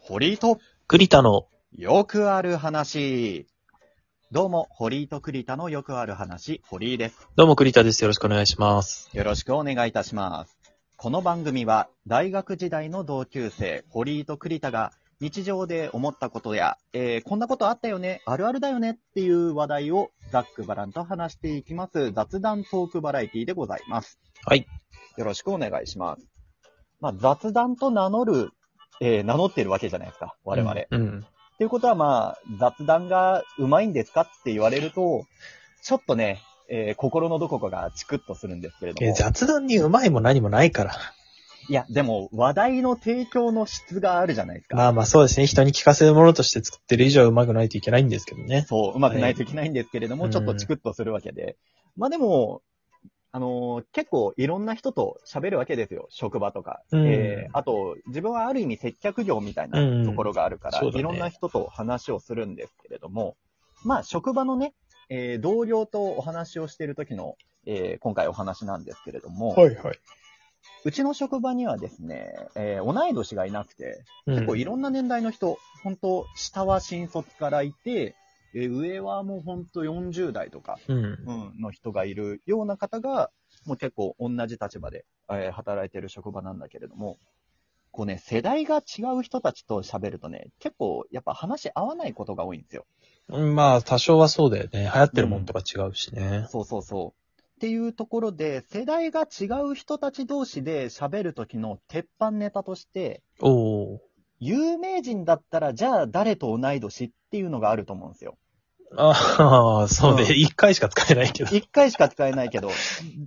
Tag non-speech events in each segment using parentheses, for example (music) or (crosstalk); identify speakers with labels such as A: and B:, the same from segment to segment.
A: 堀井と
B: 栗田の、
A: よくある話。どうも、堀井と栗田のよくある話、堀井です。
B: どうも栗田です。よろしくお願いします。
A: よろしくお願いいたします。この番組は、大学時代の同級生、堀井と栗田が、日常で思ったことや、えーこんなことあったよね、あるあるだよねっていう話題をざっくばらんと話していきます。雑談トークバラエティでございます。
B: はい。
A: よろしくお願いします。まあ、雑談と名乗る、えー名乗ってるわけじゃないですか、我々。
B: うん。うん
A: っていうことはまあ、雑談がうまいんですかって言われると、ちょっとね、えー心のどこかがチクッとするんですけれど
B: え
A: も。
B: 雑談にうまいも何もないから。
A: いや、でも、話題の提供の質があるじゃないですか。
B: まあまあそうですね。人に聞かせるものとして作ってる以上はうまくないといけないんですけどね。
A: そう、うまくないといけないんですけれども、
B: はい
A: ちょっとチクッとするわけで。まあでも、あのー結構いろんな人と喋るわけですよ。職場とか。
B: うん
A: えーあと、自分はある意味接客業みたい
B: うん
A: なところがあるから、
B: そうだね
A: いろんな人と話をするんですけれども、まあ職場のね、えー同僚とお話をしている時の、えー今回お話なんですけれども、
B: いはい。
A: うちの職場にはですね、えー同い年がいなくて、
B: 結
A: 結構いろんな年代の人、本当下は新卒からいて、えー上はもう本当40代とか、
B: うん。
A: うん、の人がいるような方が、もう結構同じ立場で、えー働いてる職場なんだけれども、こうね、世代が違う人たちと喋るとね、結構やっぱ話合わないことが多いんですよ。
B: うん。まあ多少はそうだよね。流行ってるもんとか違うしね。
A: そうそうそう。っていうところで、世代が違う人たち同士で喋る時の鉄板ネタとして、
B: おー
A: 有名人だったら、じゃあ誰と同い年っていうのがあると思うんですよ。
B: ああ、そう
A: うん
B: で、一、回しか使えないけど。
A: 一回しか使えないけど、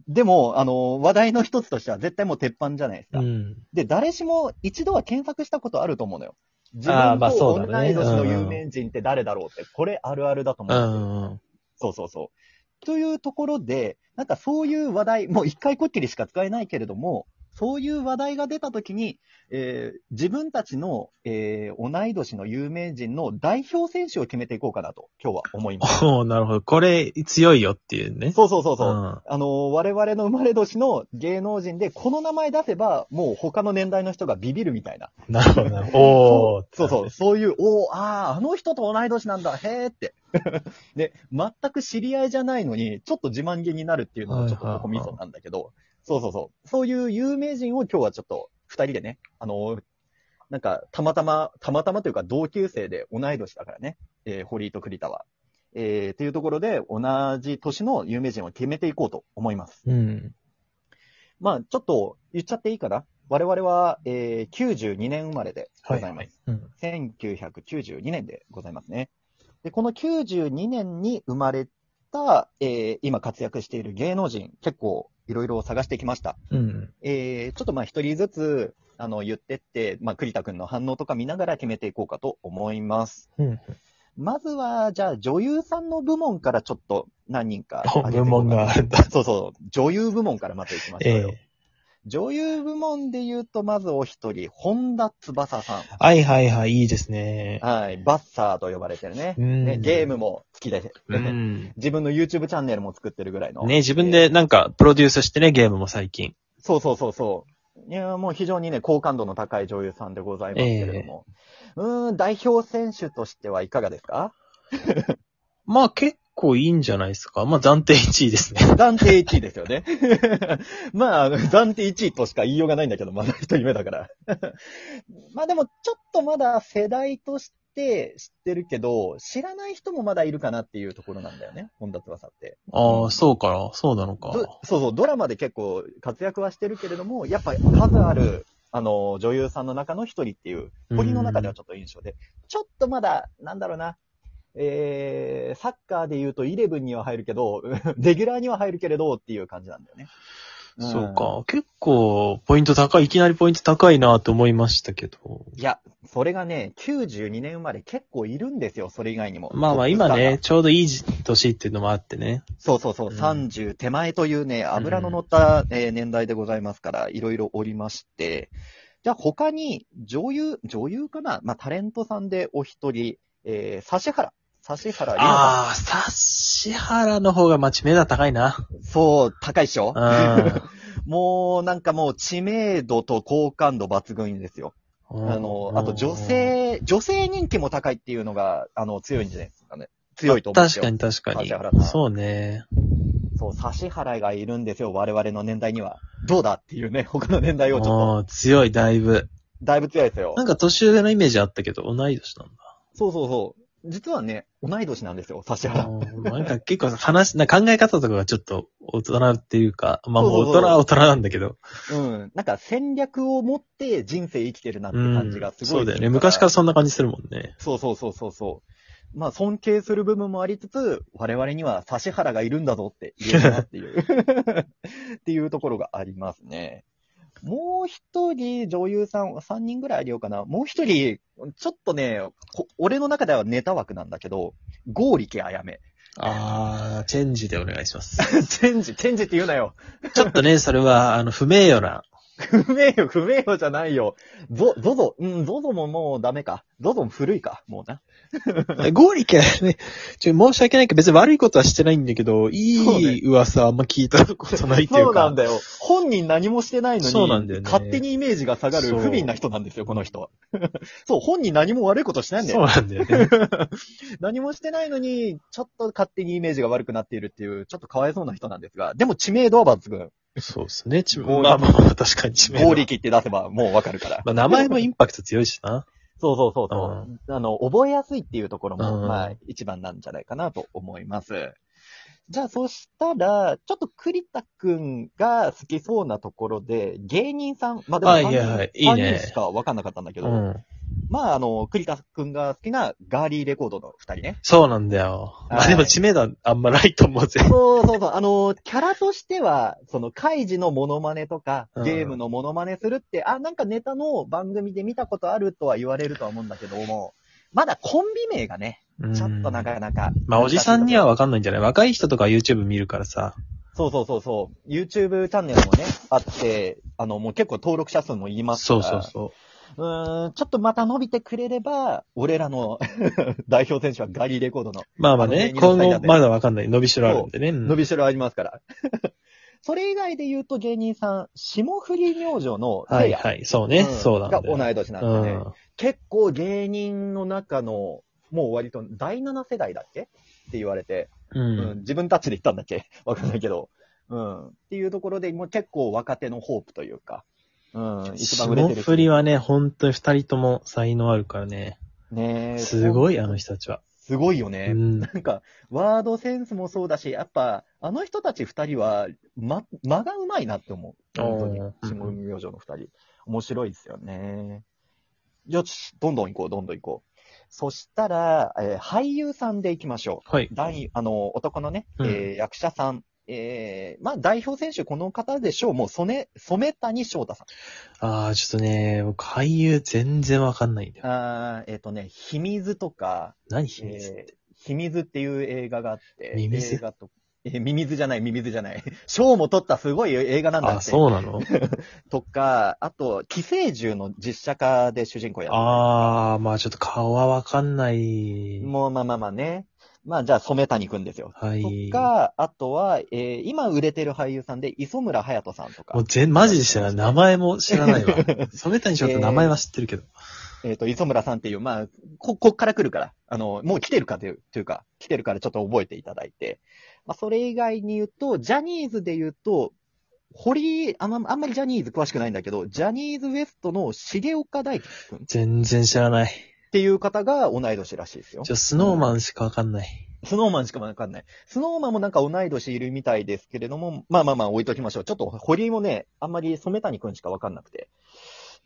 A: でも、あの、話題の一つとしては絶対もう鉄板じゃないですか。
B: うん。
A: で、誰しも一度は検索したことあると思うのよ。自
B: あー
A: 分
B: まあ
A: と
B: そうだ
A: 同
B: ね
A: い年の有名人って誰だろうって、これあるあるだと思
B: う
A: う。
B: ん。
A: そうそうそう。というところで、なんかそういう話題、もう一回こっきりしか使えないけれども、そういう話題が出たときに、えー自分たちの、えー同い年の有名人の代表選手を決めていこうかなと、今日は思います。
B: おーなるほど。これ強いよっていうね。
A: そうそうそうそう。
B: ん
A: あの、我々の生まれ年の芸能人で、この名前出せば、もう他の年代の人がビビるみたいな。
B: なるほどなるほど。おー
A: そう (laughs) そう、そういう、おおああ、あの人と同い年なんだ、へーって。 (laughs) で、全く知り合いじゃないのに、ちょっと自慢げになるっていうのがちょっとここミソなんだけど、そうそうそう。そういう有名人を今日はちょっと、二人でね、あの、なんか、たまたま、たまたまというか同級生で同い年だからね、えー堀井と栗田は。えー、っていうところで、同じ年の有名人を決めていこうと思います。
B: うん。
A: まあ、ちょっと言っちゃっていいかな。我々は、えー、92年生まれでございます。
B: うん。
A: 1992年でございますね。で、この92年に生まれた、えー今活躍している芸能人、結構いろいろ探してきました。
B: うん。
A: えーちょっとまあ一人ずつ、あの、言ってって、まあ栗田くんの反応とか見ながら決めていこうかと思います。
B: うん
A: まずは、じゃあ女優さんの部門からちょっと何人か挙げてい
B: 部
A: こうかな
B: 門があるん
A: (laughs)
B: だ。
A: そうそう、女優部門からまず行きましょう
B: え
A: よ。
B: え
A: 女優部門で言うと、まずお一人、本田翼さん。
B: はいはいはい、いいですね。
A: はい、バッサーと呼ばれてるね。
B: うん
A: ねゲームも好きで、
B: うん。
A: 自分の YouTube チャンネルも作ってるぐらいの。
B: ね、自分でなんか、プロデュースしてね、ゲームも最近。
A: そうそうそうそう。いやー、もう非常にね、好感度の高い女優さんでございますけれども。うーん、代表選手としてはいかがですか
B: まあ結構いいんじゃないですか。まあ暫定1位ですね。 (laughs)
A: 暫定1位ですよね。 (laughs) まああの、暫定1位としか言いようがないんだけど、まだ一人目だから。 (laughs) まあでも、ちょっとまだ世代として知ってるけど、知らない人もまだいるかなっていうところなんだよね、本田翼って。
B: ああ、そうかな。そうなのか。
A: どそうそう、ドラマで結構活躍はしてるけれども、やっぱ数ある、あの、女優さんの中の一人っていう、堀の中ではちょっと印象で、ちょっとまだ、なんだろうな、えー、サッカーで言うとイレブンには入るけど、 (laughs) レギュラーには入るけれどっていう感じなんだよね。ん
B: そう。か。結構、ポイント高い、いきなりポイント高いなと思いましたけど。
A: いや、それがね、92年生まれ結構いるんですよ、それ以外にも。
B: まあまあ今ね、。ちょうどいい年っていうのもあってね。
A: そうそうそう、
B: うん
A: 30手前というね、油の乗った、えー年代でございますから、いろいろおりまして、じゃあ他に女優、女優かなまあタレントさんでお一人、えー、指原。指原莉乃
B: ああ、指原の方がまあ知名度は高いな。
A: さん。そう、高いっし (laughs) ょ
B: うん。あ
A: もうなんかもう知名度と好感度抜群ですよ。あの、あと女性、女性人気も高いっていうのが、あの、強いんじゃないですかね。強いと思うんです
B: 確
A: よ。
B: かに確か
A: 指原さん
B: に。そうね。
A: そう、指原がいるんですよ、我々の年代には。どうだっていうね、 (laughs) 他の年代をちょっと、
B: あー強い、だいぶ。
A: だいぶ強いですよ
B: な。んか年上のイメージあったけど、同い年なんだ。
A: そうそうそう。実はね、同い年なんですよ、指
B: あ
A: 原。
B: ーなんか結構話、なんか考え方とかがちょっと大人っていうか、まあもう
A: そうそ
B: 大
A: う
B: 人
A: そう
B: は大人なんだけど。
A: うん。なんか戦略を持って人生生きてるなって感じがすごい、
B: そうだよね。昔からそんな感じするもんね。
A: そうそうそうそうそう。まあ、尊敬する部分もありつつ、我々には指原がいるんだぞって言えるなっていう、 (laughs) っていうところがありますね。もう一人女優さん、3人ぐらいあげようかな。もう一人、ちょっとね、こ俺の中ではネタ枠なんだけど、剛力あやめ。
B: あー、チェンジでお願いします。
A: (laughs) チェンジ、チェンジって言うなよ。
B: (laughs) ちょっとね、それは、あの、不名誉な。
A: 不名誉、不名誉じゃないよ。ゾ、ゾゾ、うん、ゾゾももうダメか。ゾゾも古いか、もうな。
B: ゴーリケね、ちょ、申し訳ないけど別に悪いことはしてないんだけど、
A: そうね
B: いい噂あんま聞いたことないってい
A: そううなん
B: か。
A: だよ。本人何もしてないのに、
B: そうなんだよね
A: 勝手にイメージが下がる
B: そう
A: 不憫な人なんですよ、この人は。 (laughs) そう、本人何も悪いことしてないんだ
B: そう
A: よ。
B: なんだよね。 (laughs)
A: 何もしてないのに、ちょっと勝手にイメージが悪くなっているっていう、ちょっとかわいそうな人なんですが、でも知名度は抜群。
B: そうですね。ち
A: ゴーリ
B: まあまあまあ、確かに知名度
A: 剛力って出せばもうわかるから。
B: まあ、名前もインパクト強いしな。
A: そうそうそうそう、あの、覚えやすいっていうところも、
B: うん
A: まあ、一番なんじゃないかなと思います。じゃあ、そしたら、ちょっと栗田くんが好きそうなところで、芸人さん、まあでも
B: はい
A: 三人、
B: はいはいいいね
A: 三人しかわかんなかったんだけど、
B: うん。
A: まあ、あの、栗田くんが好きなガーリーレコードの二人ね。
B: そうなんだよ。ま
A: は
B: あ
A: い
B: でも知名度あんまないと思うぜ。
A: そうそうそう。あの、キャラとしては、その、カイジのモノマネとか、
B: うん
A: ゲームのモノマネするって、あ、なんかネタの番組で見たことあるとは言われるとは思うんだけども、まだコンビ名がね、ちょっとな
B: うん
A: かなか。
B: まあ、おじさんには。わかんないんじゃない若い人とか YouTube 見るからさ。
A: そうそうそうそう。YouTube チャンネルもね、あって、あの、もう結構登録者数も言いますか
B: そ
A: ら。
B: うそうそう。
A: う。ーん、ちょっとまた伸びてくれれば、俺らの (laughs) 代表選手はガリレコードの
B: まあまあね、
A: あの芸人の二
B: 今
A: 人だ
B: 後
A: ね
B: まだわかんない。伸びしろあるんでね。うん
A: 伸びしろありますから。 (laughs) それ以外で言うと芸人さん、霜降り明星の
B: は
A: せい
B: い
A: や
B: はい。そうね。
A: ん
B: そうなんだ
A: が
B: よ。
A: 同い年なん
B: う
A: でね、
B: ん。
A: 結構芸人の中の、もう割と第7世代だっけって言われて、
B: うん。
A: うん自分たちで言ったんだっけ (laughs) わかんないけど。うん。っていうところで、もう結構若手のホープというか、うん、一番売れてる
B: 霜
A: し。
B: 降りはね、本当に二人とも才能あるからね。
A: ねえ
B: すごい、あの人たちは。
A: すごいよ
B: う
A: ね。
B: ん。
A: なんか、ワードセンスもそうだし、やっぱ、あの人たち二人は、ま、間がうまいなって思う。本
B: おー
A: 当に。下明星の二人。面白いですよね。じゃあ、ちどんどん行こう、どんどん行こう。そしたら、えー俳優さんで行きましょ。。
B: はいう
A: 第、あの、男のね、えー役者さん。えーまあ、代表選手、この方でしょう。もう、染、染谷翔太さん。
B: ああ、ちょっとね、僕俳優全然わかんないんだよ。
A: あーえっ、とね、秘密とか、
B: 何秘密
A: えー秘密っていう映画があって、
B: ミミズ
A: 映画とえーミミズじゃない、ミミズじゃない。 (laughs) 賞も取ったすごい映画なんだ
B: あ、
A: って。
B: そうなの
A: とか、あと、寄生獣の実写化で主人公やっ
B: ああ、まあちょっと顔はわかんない
A: て。。もうまあまあまあね。まあじゃあ染谷くんですよ。
B: は
A: と
B: い。
A: か、あとは、えー今売れてる俳優さんで、磯村勇斗さんと
B: も
A: か
B: う、全、マジで知らない。名前も知らない (laughs) わ。染谷翔太名前は知ってるけど。
A: えっ、と、磯村さんっていう、まあ、こ、こっから来るから、あの、もう来てるかという、というか、来てるからちょっと覚えていただいて、まあ、それ以外に言うと、ジャニーズで言うと、堀井、あんまあんまりジャニーズ詳しくないんだけど、ジャニーズ WEST の重岡大樹君っ
B: (laughs) 全然知らない。
A: ていう方が同い年らしいですよ
B: ち。ょ、スノーマンしかわかんない。
A: スノーマンしかわかんない。スノーマンもなんか同い年いるみたいですけれども、まあまあまあ置いときましょう。ちょっと堀井もね、あんまり染谷くんしかわかんなくて。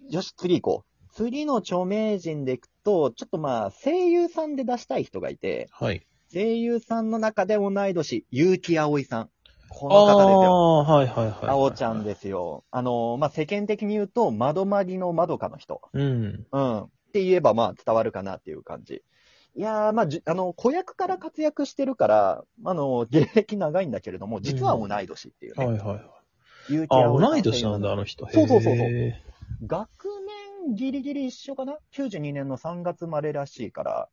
A: よし、次行こう。次の著名人でいくと、ちょっとまあ、声優さんで出したい人がいて、
B: はい。
A: 声優さんの中で同い年、結城葵さん。こ
B: あ
A: の方ですよ。
B: あー、はいはいはい。
A: 葵ちゃんですよ。あのー、まあ、世間的に言うと、窓まりの窓かの人。
B: うん。
A: うん。って言えば、まあ、伝わるかなっていう感じ。いやー、まあ、じあの、子役から活躍してるから、あの、芸歴長いんだけれども、実は同い年っていう
B: はい
A: ね。
B: はいはい。
A: 結
B: あ、
A: 城葵さ
B: 同い年なんだ、あの人。
A: そうそうそうそう
B: へ
A: 学年ギリギリ一緒かな ?92 年の3月生まれらしいから、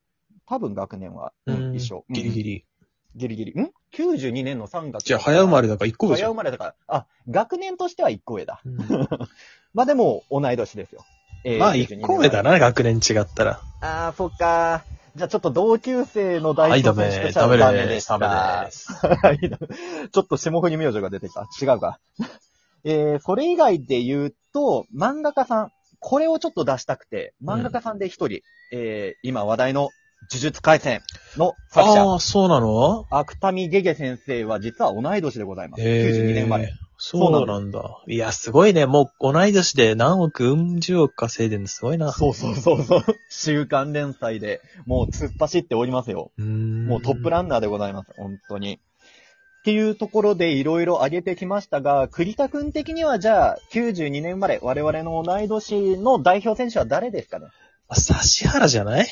A: 多分学年は、
B: ー。
A: うん、一緒。
B: ギリギ
A: リ。
B: リ。
A: ギリギリ。ん ?92 年の3月。
B: じゃあ、早生まれだから一個上じ
A: 早
B: ゃ
A: 生
B: ん。
A: まれだから。あ、学年としては1個上だ。
B: うん
A: まあでも、同い年ですよ。えー
B: まあ、1個目だな、学年違ったら。
A: ああ、そっか。じゃあちょっと同級生の大
B: はい、ダ
A: 卒選手と
B: メ、
A: しては
B: ダメ
A: ダメで
B: で
A: し
B: す、
A: た
B: ダメです。
A: はい (laughs) ちょっと霜降り明星が出てきた。違うか。 (laughs) えー、それ以外で言うと、漫画家さん。これをちょっと出したくて、漫画家さんで一人、えー、今話題の呪術廻戦の作者、
B: ああ、そうなの
A: 芥見ゲゲ先生は実は同い年でございます。
B: ええ
A: 92年生まれ。
B: そうなんだ。いや、すごいね。もう、同い年で何億、うん、十億稼いでんのすごいな。
A: そうそうそうそう。 (laughs) 週刊連載で、もう突っ走っておりますよ。
B: うーん。
A: もうトップラ
B: ン。
A: ンナーでございます、本当に。っていうところでいろいろ上げてきましたが、栗田くん的にはじゃあ、92年生まれ、我々の同い年の代表選手は誰ですかね
B: 指原じゃない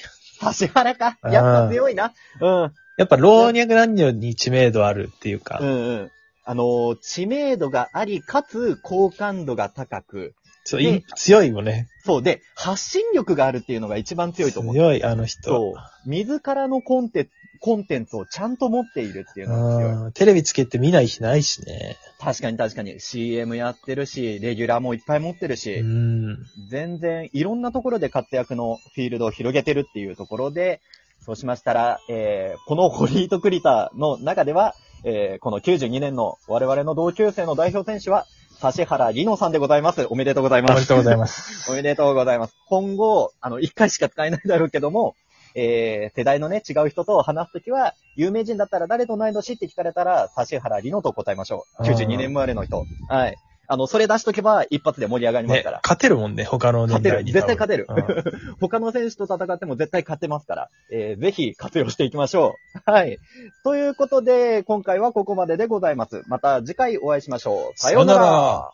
A: 橋原か。やっぱ強いな。うん。うん
B: やっぱ老若男女に知名度あるっていうか、
A: うん。あのー知名度があり、かつ好感度が高く、
B: そう
A: で
B: い強いよね。
A: そうで、発信力があるっていうのが一番強いと思う。
B: 強い、あの人。
A: そう。自らのコンテコンテンツをちゃんと持っているっていうのが強い。
B: うんテレビつけて見ない日ないしね。
A: 確かに確かに。CM やってるし、レギュラーもいっぱい持ってるし、
B: うん。
A: 全然いろんなところで活躍のフィールドを広げてるっていうところで、そうしましたら、えーこのホリーとクリタの中では、えーこの92年の我々の同級生の代表選手は、指原莉乃さんでございます。おめでとうござい
B: お
A: ます。。
B: めでとうございますす。
A: おめでとうございます。今後、あの、一回しか使えないだろうけども、えー世代のね、違う人と話すときは、有名人だったら誰と同い年って聞かれたら、指原莉乃と答えましょう。92年生まれの人。はい。あの、それ出しとけば、一発で盛り上がります
B: ね
A: から、。
B: 勝てるもんね、他の年代に。
A: 勝てる絶対勝
B: てる。
A: (laughs) 他の選手と戦っても絶対勝てますから、えーぜひ活用していきましょ
B: (laughs)
A: う。はい。ということで、今回はここまででございます。また次回お会いしましょう。
B: さよなら。